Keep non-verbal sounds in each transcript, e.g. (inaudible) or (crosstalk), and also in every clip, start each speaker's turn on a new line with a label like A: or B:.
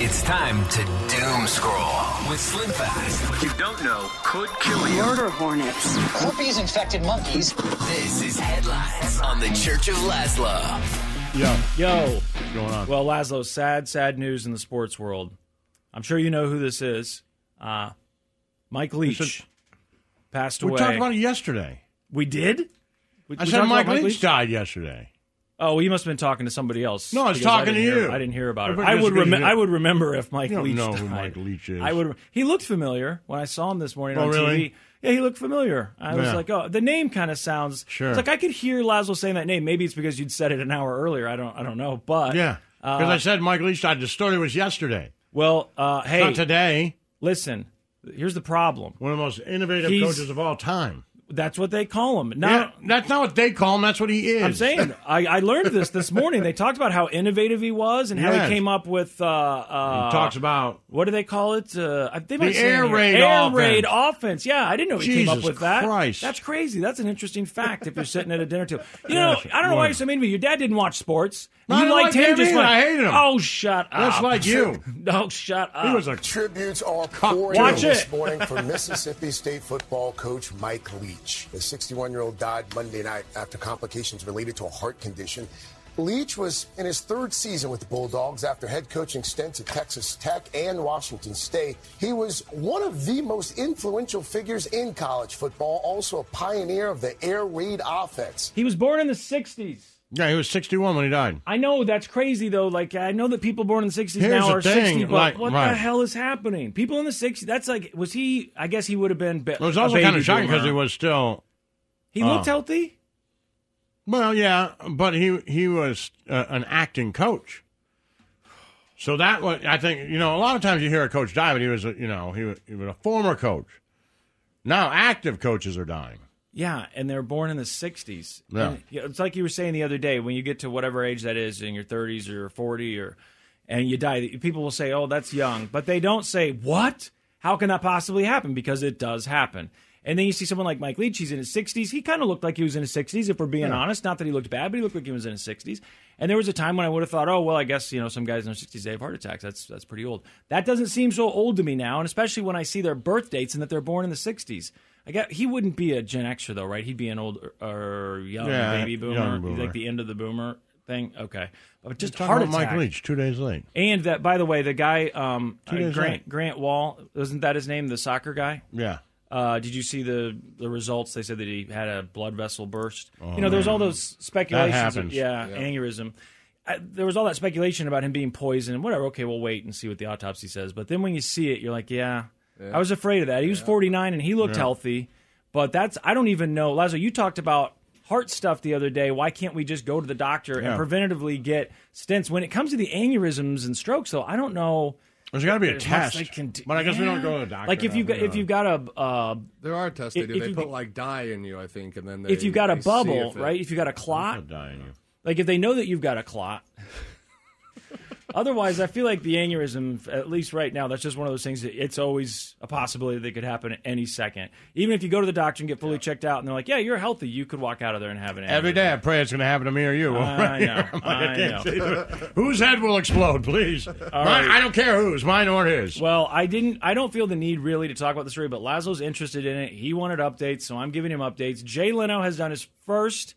A: It's time to doom scroll with Slim Fast.
B: What you don't know could kill you.
C: Murder hornets.
A: Corpies infected monkeys. This is Headlines on the Church of Laszlo.
D: Yo,
E: Yo.
D: what's going on?
E: Well, Laszlo, sad, sad news in the sports world. I'm sure you know who this is. Uh, Mike Leach
D: should-
E: passed
D: we
E: away.
D: talked about it yesterday.
E: We did? We,
D: I
E: we
D: said
E: talked
D: Mike
E: about
D: Leach, died yesterday.
E: Oh, well, you must have been talking to somebody else.
D: No, I was
E: because
D: talking to
E: didn't hear-
D: you.
E: I didn't hear about it.
D: Everybody
E: I
D: knows
E: would,
D: who
E: rem-
D: you-
E: I would remember if Mike
D: You don't
E: Leach
D: know who
E: died.
D: Mike Leach is.
E: I would. He looked familiar when I saw him this morning
D: Oh,
E: on
D: really?
E: TV. Yeah, he looked familiar. I was
D: Yeah.
E: like, oh, the name kind of sounds.
D: Sure.
E: It's like I could hear Laszlo saying that name. Maybe it's because you'd said it an hour earlier. I don't. I don't know. But
D: Yeah, because
E: Uh,
D: I said Mike Leach died. The story was yesterday,
E: Well, uh, hey,
D: not today.
E: listen. Here's the problem.
D: One of the most innovative
E: He's-
D: coaches of all time.
E: That's what they call him. Now,
D: yeah, that's not what they call him. That's what he is. (laughs)
E: I'm saying I, I learned this this morning. They talked about how innovative he was and how
D: Yes.
E: he came up with. Uh,
D: he
E: uh,
D: talks about
E: what do they call it? Uh, I- they might
D: The
E: say it
D: air
E: here.
D: raid
E: air
D: offense.
E: raid offense. Yeah, I didn't know he came up
D: Jesus
E: with that.
D: Christ.
E: That's crazy. That's an interesting fact. If you're sitting at a dinner table, you know,
D: Yes,
E: I don't know why
D: boy.
E: you're so mean to me. Your dad didn't watch sports.
D: No, I
E: you
D: didn't
E: liked
D: like
E: him
D: him
E: just
D: either.
E: like
D: I hated him.
E: Oh, shut up.
D: That's
E: (laughs)
D: like you.
E: Oh, shut up.
D: he was a
F: Tributes are pouring
E: Watch
F: in this
E: it.
F: morning
E: (laughs)
F: for Mississippi State football coach Mike Leach. The 61 year old died Monday night after complications related to a heart condition. Leach was in his third season with the Bulldogs after head coaching stints at Texas Tech and Washington State. He was one of the most influential figures in college football, also a pioneer of the air raid offense.
E: he was born in the '60s.
D: yeah. He was 61 when he died.
E: I know that's crazy though. Like I know that people born in the '60s
D: Here's
E: now
D: the
E: are
D: thing,
E: 60, but
D: like,
E: what
D: right.
E: the hell is happening? People in the '60s. That's like, was he? I guess he would have been. Be-
D: It was
E: a
D: also
E: baby
D: kind of shocking because
E: boomer.
D: he was still
E: He
D: oh.
E: looked healthy.
D: Well, yeah, but he he was uh, an acting coach. So that was, I think, you know, a lot of times you hear a coach die, but he was, a, you know, he was, he was a former coach. Now active coaches are dying.
E: Yeah, and they're born in the '60s.
D: Yeah.
E: And, you know, it's like you were saying the other day when you get to whatever age that is in your 30s or 40 or, and you die. People will say, "Oh, that's young," but they don't say what. How can that possibly happen? Because it does happen. And then you see someone like Mike Leach. He's in his 60s. He kind of looked like he was in his 60s, if we're being honest. Not that he looked bad, but he looked like he was in his 60s. And there was a time when I would have thought, oh well, I guess you know some guys in their 60s they have heart attacks. That's that's pretty old. That doesn't seem so old to me now, and especially when I see their birth dates and that they're born in the 60s. I got he wouldn't be a Gen Xer though, right? He'd be an old or young
D: Yeah,
E: baby boomer,
D: young boomer.
E: like the end of the boomer thing. Okay, but just
D: Talking
E: heart
D: about
E: attack.
D: Mike Leach two days late.
E: And that, by the way, the guy um, uh,
D: Two days
E: Grant
D: late.
E: Grant Wall wasn't that his name? The soccer guy.
D: Yeah,
E: Uh, did you see the the results? They said that he had a blood vessel burst. you know, there was all those speculations.
D: Oh, happens.
E: yeah, aneurysm. I, there was all that speculation about him being poisoned and whatever. Okay, we'll wait and see what the autopsy says. But then when you see it, you're like, yeah, I was afraid of that. He was 49 and he looked healthy, but that's I don't even know. Lazo, you talked about heart stuff the other day. Why can't we just go to the doctor
D: Yeah.
E: and preventatively get stents? When it comes to the aneurysms and strokes, though, I don't know.
D: there's got to be a
E: There's
D: test.
E: nothing I can do-
D: But I guess we don't
E: Yeah.
D: go to the doctor.
E: Like if you've
D: now.
E: got if you've got a uh,
G: There are tests they
E: If-
G: do.
E: if
G: they
E: you
G: put
E: get-
G: like dye in you, I think, and then they,
E: if you've got a
G: they see
E: bubble,
G: if it-
E: right? If you've got a
D: I'll
E: clot,
D: die in you.
E: like if they know that you've got a clot. Otherwise, I feel like the aneurysm, at least right now, that's just one of those things that it's always a possibility that could happen at any second. Even if you go to the doctor and get fully checked out, and they're like, "Yeah, you're healthy," you could walk out of there and have an aneurysm.
D: Every day I pray it's going to happen to me or you. (laughs)
E: I know,
D: I'm like, I
E: I
D: can't
E: know.
D: see the- (laughs) Whose head will explode, please? Mine-
E: right.
D: I don't care whose, mine or his.
E: Well, I didn't. I don't feel the need really to talk about the story, but Lazo's interested in it. He wanted updates, so I'm giving him updates. Jay Leno has done his first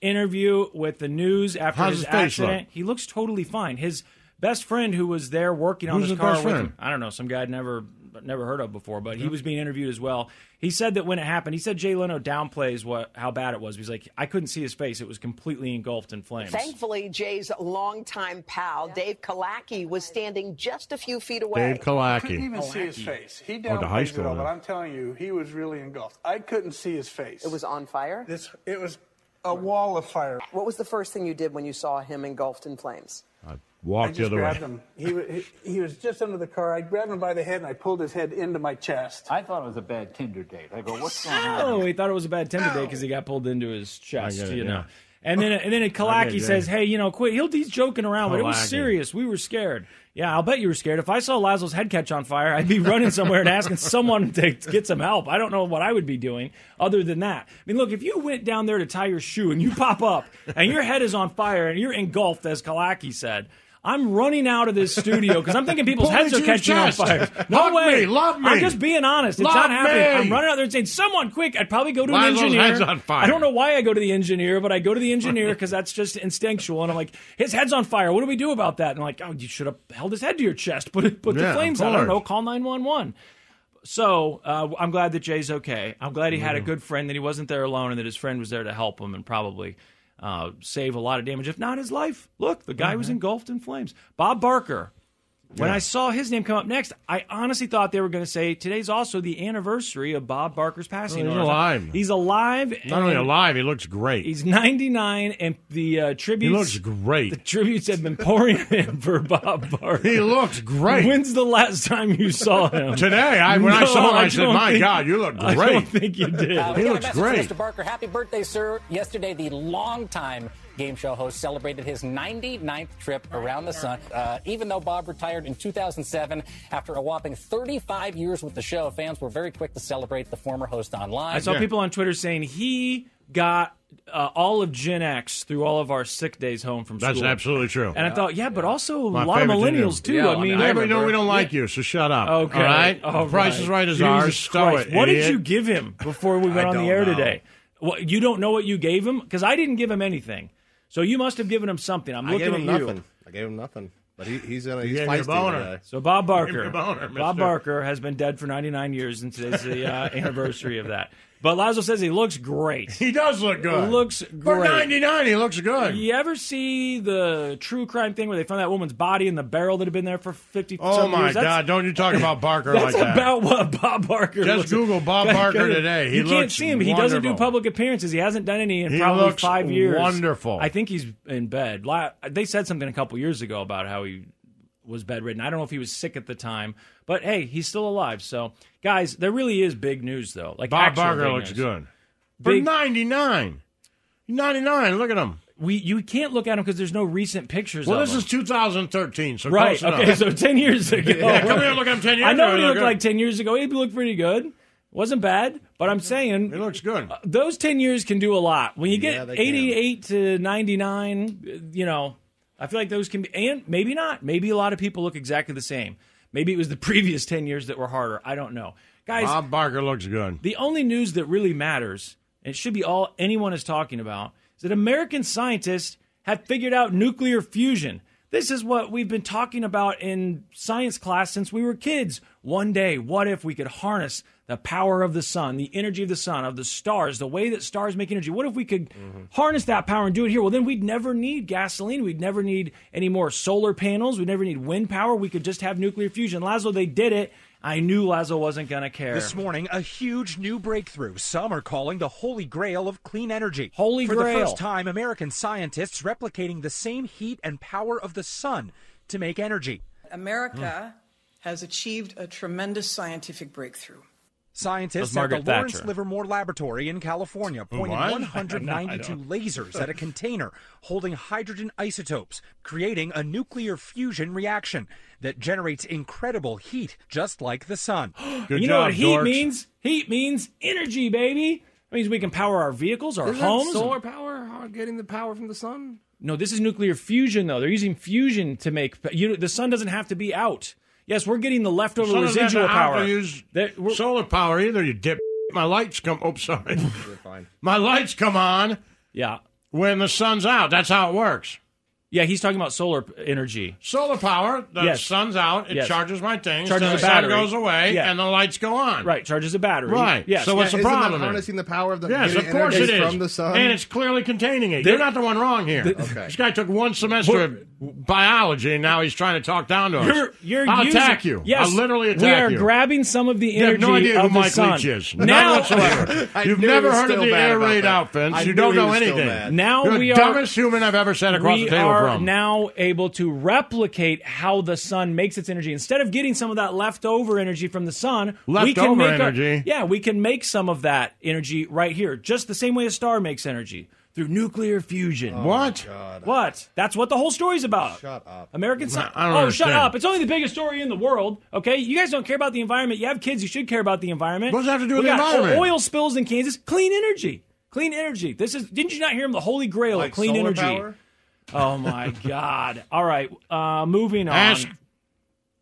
E: interview with the news after
D: How's
E: his
D: his face look?
E: accident. He looks totally fine. His
D: best friend who was there working on
E: Who's
D: this
E: the
D: car
E: best
D: with
E: friend?
D: him. I don't know, some guy I'd never never heard of before, but he was being interviewed as well. He said that when it happened, he said Jay Leno downplays what how bad it was. He's like, I couldn't see his face; it was completely engulfed in flames.
A: Thankfully, Jay's longtime pal, Dave Kalaki, was standing just a few feet away.
E: Dave Kalaki.
H: couldn't even see his face. He
E: Went to
H: downplayed
E: high
H: it
E: school
H: all, but
E: then.
H: I'm telling you, he was really engulfed. I couldn't see his face. It was
A: on fire?
H: This, it was a wall of fire.
A: What was the first thing you did when you saw him engulfed in flames?
E: Walk
H: I
E: the
H: just
E: other
H: grabbed
E: way.
H: him. He, wa- he, he was just under the car. I grabbed him by the head and I pulled his head into my chest. I thought it was a bad Tinder date. I go, what's
D: Oh, he thought it was a bad Tinder day because he got pulled into his chest,
E: I get it,
D: you
E: yeah.
D: know. And then and then
E: I
D: Kalaki
E: get it, yeah.
D: says, "Hey, you know, quit." He'll, he's joking around, but it was
E: Kalaki.
D: serious. We were scared. Yeah, I'll bet you were scared. If I saw Lazo's head catch on fire, I'd be running somewhere and
E: (laughs)
D: asking someone to get some help. I don't know what I would be doing other than that. I mean, look, if you went down there to tie your shoe and you pop up and your head is on fire and you're engulfed, as Kalaki said. I'm running out of this studio because I'm thinking people's
E: Pull
D: heads
E: me
D: are
E: to your
D: catching on
E: chest.
D: fire. No
E: Lock
D: way.
E: me, lock me.
D: I'm just being honest. It's
E: Lock
D: not happening. I'm
E: me.
D: running out there and saying, "Someone, quick!" I'd probably go to an
E: Live those
D: engineer.
E: heads on fire.
D: I don't know why I go to the engineer, but I go to the engineer because that's just instinctual. And I'm like, "His head's on fire. What do we do about that?" And I'm like, "Oh, you should have held his head to your chest. Put it, put
E: Yeah,
D: the
E: of
D: flames out. I don't
E: course.
D: know. Call 911." So uh, I'm glad that Jay's okay. I'm glad he had a good friend, that he wasn't there alone, and that his friend was there to help him and probably uh, save a lot of damage, if not his life. Look, the guy was engulfed in flames. Bob Barker. When
E: Yeah.
D: I saw his name come up next, I honestly thought they were going to say today's also the anniversary of Bob Barker's passing.
E: he's
D: Or-
E: alive.
D: He's alive.
E: Not only
D: and-
E: alive, he looks great.
D: He's 99, and the uh,
E: he
D: tributes.
E: looks great.
D: The tributes have been pouring (laughs) in for Bob Barker.
E: (laughs) He looks great.
D: When's the last time you saw him?
E: Today, I- when I saw him, I said,
D: don't
E: "My God, you look
D: I don't
E: great."
D: think you did.
I: Uh, we got a message from Mr. Barker, happy birthday, sir. Yesterday, the longtime game show host celebrated his 99th trip around the sun. Uh, even though Bob retired in 2007, after a whopping 35 years with the show, fans were very quick to celebrate the former host online.
D: I saw people on Twitter saying he got uh, all of Gen X through all of our sick days home from
E: That's
D: school.
E: absolutely true.
D: And I thought, yeah, but also
E: My
D: a lot of
E: favorite thing to do.
D: millennials too. I mean,
E: everybody know we don't like you, so shut up.
D: Okay.
E: All right.
D: All
E: Price is right as
D: Jesus
E: ours. Stow
D: Christ.
E: it.
D: What
E: idiot.
D: did you give him before we
E: (laughs) I
D: went on
E: don't
D: the air
E: know.
D: today? What, you don't know what you gave him because I didn't give him anything. So you must have given him something. I'm
G: I
D: looking
G: gave him
D: at you.
G: nothing. I gave him nothing. But he, he's in a,
E: You
G: he's
E: gave me a
G: feisty
E: boner.
G: today.
D: So Bob
E: Give me
D: Barker,
E: a boner,
D: Bob
E: mister.
D: Barker has been dead for 99 years, and today's the
E: (laughs)
D: uh, anniversary of that. But Lazo says he looks great.
E: He does look good.
D: Looks
E: For
D: great.
E: 99, he looks good.
D: You ever see the true crime thing where they found that woman's body in the barrel that had been there for 50
E: Oh
D: some
E: my
D: years? That's-
E: God! Don't you talk about Barker
D: (laughs) That's
E: like that?
D: about what Bob Barker.
E: Just
D: looks- (laughs)
E: Google Bob Barker today. He
D: you can't
E: looks
D: see him. He doesn't do
E: wonderful.
D: public appearances. He hasn't done any in
E: He
D: probably
E: looks
D: five years.
E: wonderful.
D: I think he's in bed. La- They said something a couple years ago about how he was bedridden. I don't know if he was sick at the time, but hey, he's still alive. So, guys, there really is big news though. Like
E: Bob
D: actual
E: Barker
D: big
E: looks
D: news.
E: good.
D: Big-
E: For 99. 99, look at him.
D: We you can't look at him because there's no recent pictures.
E: Well,
D: of
E: this
D: him.
E: is 2013, so
D: right.
E: close
D: Okay,
E: enough.
D: so ten years ago.
E: Yeah, come here and look at him 10 years
D: I know
E: ago.
D: what he
E: He
D: looked
E: looked
D: like
E: good.
D: ten years ago. He looked pretty good. Wasn't bad, but I'm saying he
E: looks good.
D: those ten years can do a lot. When you
E: Yeah,
D: get
E: they can.
D: 88 to 99, uh, you know, I feel like those can be, and maybe not. Maybe a lot of people look exactly the same. Maybe it was the (laughs) previous ten years that were harder. I don't know, guys.
E: Bob Barker looks good.
D: The only news that really matters, and it should be all anyone is talking about, is that American scientists have figured out nuclear fusion. This is what we've been talking about in science class since we were kids. One day, what if we could harness the power of the sun, the energy of the sun, of the stars, the way that stars make energy? What if we could harness that power and do it here? Well, then we'd never need gasoline. We'd never need any more solar panels. We'd never need wind power. We could just have nuclear fusion. Lazo, they did it. I knew Lazo wasn't going to care.
J: This morning, a huge new breakthrough. Some are calling the holy grail of clean energy.
D: Holy
J: For
D: grail.
J: the first time, American scientists replicating the same heat and power of the sun to make energy.
K: America has achieved a tremendous scientific breakthrough.
J: Scientists
D: That's Margaret
J: at the Lawrence
D: Thatcher.
J: Livermore Laboratory in California pointed
D: What? (laughs)
J: 192
D: I don't-
J: lasers at a container holding hydrogen isotopes, creating a nuclear fusion reaction that generates incredible heat just like the
D: (gasps)
J: sun.
D: you know what heat means? Heat means energy, baby. It means we can power our vehicles, our
G: Isn't that
D: homes.
G: solar power? How getting the power from the sun?
D: No, this is nuclear fusion, though. They're using fusion to make you. The sun doesn't have to be out. Yes, we're getting the leftover
E: Son of that,
D: residual
E: I don't
D: power.
E: use solar power either, you dip. My lights come. Oh,
D: (laughs)
E: sorry. My lights come on
D: Yeah.
E: when the sun's out. That's how it works.
D: Yeah, he's talking about solar p- energy.
E: Solar power, the
D: Yes.
E: sun's out, it
D: Yes.
E: charges my things,
D: Charges
E: the
D: a battery.
E: sun goes away,
D: Yeah.
E: and the lights go on.
D: Right, charges a battery.
E: Right.
D: Yes.
E: So what's the
G: Isn't that
E: problem? here?
G: harnessing the power of the
E: yes,
G: getting
E: of course it
G: energy
E: is.
G: from the sun?
E: And it's clearly containing it. You're not the one wrong here.
G: Th- Okay.
E: This guy took one semester of biology, and now he's trying to talk down to us.
D: You're, you're
E: I'll
D: using-
E: attack you.
D: Yes,
E: I'll literally attack
D: we are
E: you.
D: grabbing some of the
E: You have
D: energy
E: no idea
D: of
E: who
D: the
E: Mike
D: sun.
E: Leach is. None
D: Now, (laughs)
G: (laughs)
E: whatsoever. You've never heard of the air raid outfits. you don't know anything.
D: Now
E: You're
D: we
E: the
D: are
E: dumbest human I've ever sat across
D: we
E: the table
D: are
E: from.
D: now able to replicate how the sun makes its energy. Instead of getting some of that leftover energy from the sun, we can
E: Leftover
D: make our-
E: energy?
D: yeah, we can make some of that energy right here, just the same way a star makes energy through nuclear fusion.
E: Oh, what?
G: uh,
D: What? That's what the whole story's about. Shut up, American Science.
E: I don't
D: oh, shut
E: understand.
D: up! It's only the biggest story in the world. Okay, you guys don't care about the environment. You have kids. You should care about the environment.
E: What does that have to do with
D: We
E: the
D: got
E: environment?
D: Oil spills in Kansas. Clean energy. Clean energy. This is. Didn't you not hear him? The holy grail
G: Like
D: of clean
G: solar
D: energy.
G: power?
D: Oh my God! All right, uh, moving on.
E: Ask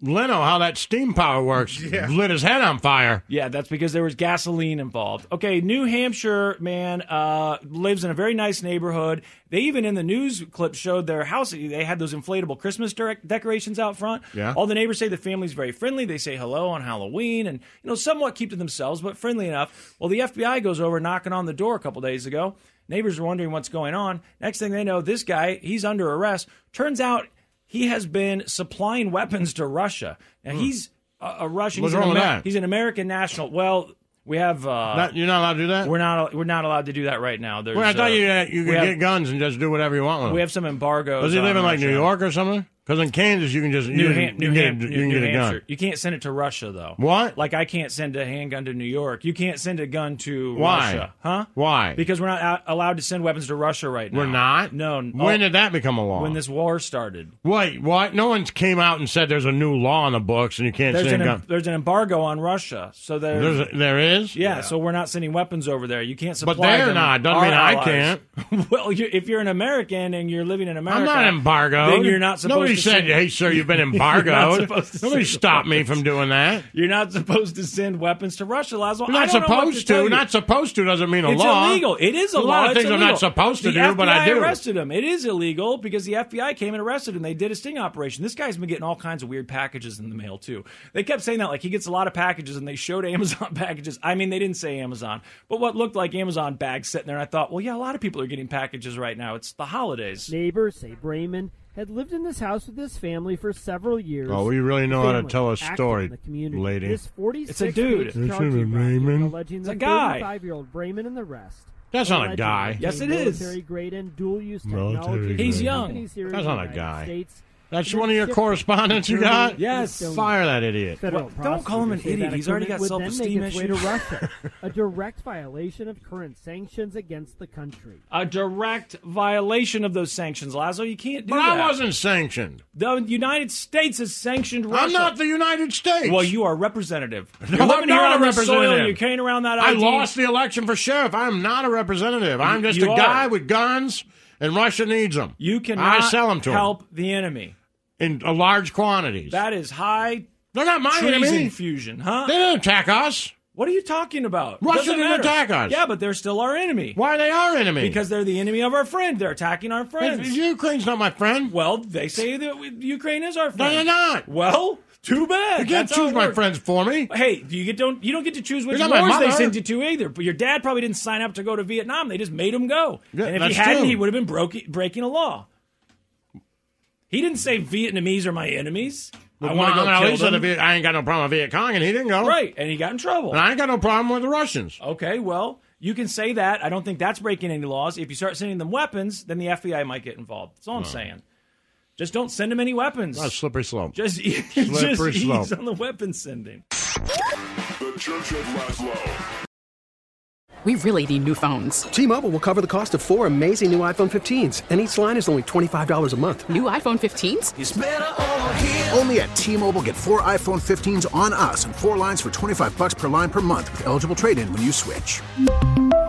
E: Leno how that steam
G: (laughs)
E: power works. Lit his head on fire.
D: Yeah, that's because there was gasoline involved. Okay, New Hampshire man uh, lives in a very nice neighborhood. They even in the news clip showed their house. They had those inflatable Christmas direct decorations out front.
E: Yeah.
D: All the neighbors say the family's very friendly. They say hello on Halloween, and you know somewhat keep to themselves, but friendly enough. Well, the FBI goes over knocking on the door a couple days ago. Neighbors are wondering what's going on. Next thing they know, this guy he's under arrest. Turns out he has been supplying weapons to Russia. Now he's a, a Russian.
E: Hmm. What's
D: he's an
E: wrong with
D: Amer-
E: that?
D: He's an American national. Well, we have. Uh,
E: That- you're not allowed to do that.
D: We're not. We're not allowed to do that right now. There's,
E: Well, I thought
D: uh,
E: you had, you
D: we
E: could
D: have-
E: get guns and just do whatever you want with them.
D: We have some embargoes.
E: Does he live
D: on
E: in like New
D: Russia.
E: York or something? Because in Kansas you can just
D: New,
E: you,
D: Ham-
E: you
D: New,
E: can
D: Ham-
E: get, a-
D: New,
E: you can
D: New
E: get a
D: Hampshire.
E: gun.
D: You can't send it to Russia though.
E: What?
D: Like I can't send a handgun to New York. You can't send a gun to
E: Why?
D: Russia, huh?
E: Why?
D: Because we're not a- allowed to send weapons to Russia right now.
E: We're not.
D: No. Oh,
E: When did that become a law?
D: When this war started.
E: Wait, what? No one came out and said there's a new law in the books and you can't
D: There's
E: send
D: an,
E: a gun.
D: there's an embargo on Russia, so there's,
E: There's a- there is.
D: Yeah, so we're not sending weapons over there. You can't supply.
E: But they're
D: them.
E: not. Doesn't
D: Our
E: mean I
D: allies. (laughs)
E: can't.
D: well, you if you're an American and you're living in America,
E: I'm not embargoed.
D: Then you're not supposed.
E: Nobody
D: to
E: said,
D: send-
E: "Hey, sir, you've
D: (laughs)
E: been
D: You're not
E: embargoed."
D: supposed to
E: Nobody
D: send
E: stopped me from doing that.
D: You're not supposed to send weapons to Russia, Laszlo.
E: You're
D: I
E: not
D: don't know what
E: supposed
D: to. tell
E: to.
D: you.
E: Not supposed to doesn't mean a
D: it's
E: law.
D: illegal. It is a,
E: There's
D: law.
E: a lot of
D: It's
E: things I'm
D: illegal.
E: not supposed to
D: the
E: do, but I
D: FBI
E: do.
D: arrested him. It is illegal because the FBI came and arrested him. They did a sting operation. This guy's been getting all kinds of weird packages in the mail too. They kept saying that like he gets a lot of packages, and they showed (laughs) Amazon packages. I mean, they didn't say Amazon, but what looked like Amazon bags sitting there. And I thought, well, yeah, a lot of people are getting packages right now. It's the holidays.
L: Neighbors say Brayman had lived in this house with his family for several years.
E: Oh, we really know how to
L: Family
E: tell a
L: active
E: story,
L: in the community.
E: lady.
L: This 46
D: It's a dude.
L: page
E: Isn't it
L: charge document
E: Raymond?
L: alleging
D: It's
L: that
D: a guy.
L: 35-year-old Brayman and the rest.
E: That's not a
L: allegedly
E: guy.
L: obtained
E: Yes, it is.
L: military grade and dual use
E: Military
L: technology.
E: grade. He's
L: from
E: young.
L: companies here in
E: That's
L: the
E: not a
L: United
E: guy.
L: States.
E: That's
L: And
E: one
L: then
E: of your
L: shipped
E: correspondents you
L: to Germany,
E: got.
L: Yes. Estonia.
E: fire that idiot.
L: Federal
D: Well, don't call him an
L: prosecutors say
D: idiot.
L: that
D: He's already got
L: agreement would then
D: self-esteem
L: make its way to
D: issues.
L: Russia,
E: (laughs)
L: a direct violation of current sanctions against the country.
D: A direct violation of those sanctions, Lazo. You can't do
E: But
D: that.
E: I wasn't sanctioned.
D: The United States has sanctioned Russia.
E: I'm not the United States.
D: Well, you are representative.
E: No,
D: You're
E: I'm
D: living here
E: not
D: on
E: a
D: this soil,
E: representative.
D: you came around that
E: I
D: ID.
E: lost the election for sheriff. I'm not a representative. I'm just
D: You
E: a
D: are.
E: guy with guns, and Russia needs them.
D: You
E: I
D: cannot
E: sell them to 'em.
D: help the enemy.
E: in a large quantities.
D: That is high.
E: They're not my
D: treason
E: enemy.
D: Fusion, huh?
E: They didn't attack us.
D: what are you talking about?
E: Russia
D: Doesn't
E: didn't
D: matter.
E: attack us.
D: Yeah, but they're still our enemy.
E: Why are they our enemy?
D: Because they're the enemy of our friend. They're attacking our friends.
E: Ukraine's not my friend.
D: Well, they say that we- Ukraine is our
E: No,
D: friend.
E: they're not.
D: Well, too bad.
E: You can't
D: That's how
E: choose
D: it
E: my
D: works.
E: friends for me.
D: Hey, you get don't you don't get to choose which
E: You're not my
D: wars they
E: mother.
D: send you to either. But your dad probably didn't sign up to go to Vietnam. They just made him go.
E: Yeah,
D: and if he
E: that's
D: hadn't,
E: true.
D: he would have been broke, breaking a law. He didn't say Vietnamese are my enemies. I want to go
E: Muhammad Ali
D: kill
E: said
D: them.
E: if he- I ain't got no problem with Viet Cong, and he didn't go.
D: right, and he got in trouble.
E: And I ain't got no problem with the Russians.
D: Okay, well, you can say that. I don't think that's breaking any laws. If you start sending them weapons, then the FBI might get involved. That's all I'm
E: No.
D: saying. Just don't send them any weapons.
E: Not a slippery slope. (laughs)
D: Just, just
E: Slippery
D: (laughs)
E: slope.
D: ease on the weapon sending.
M: The Church of Laszlo.
N: We really need new phones. T-Mobile will cover the cost of four amazing new iPhone 15s, and each line is only $25 a month.
O: New iPhone 15s?
P: Only at T-Mobile get four iPhone 15s on us and four lines for 25 bucks per line per month with eligible trade-in when you switch.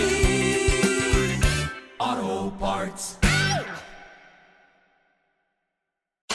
Q: O'Reilly Auto Parts.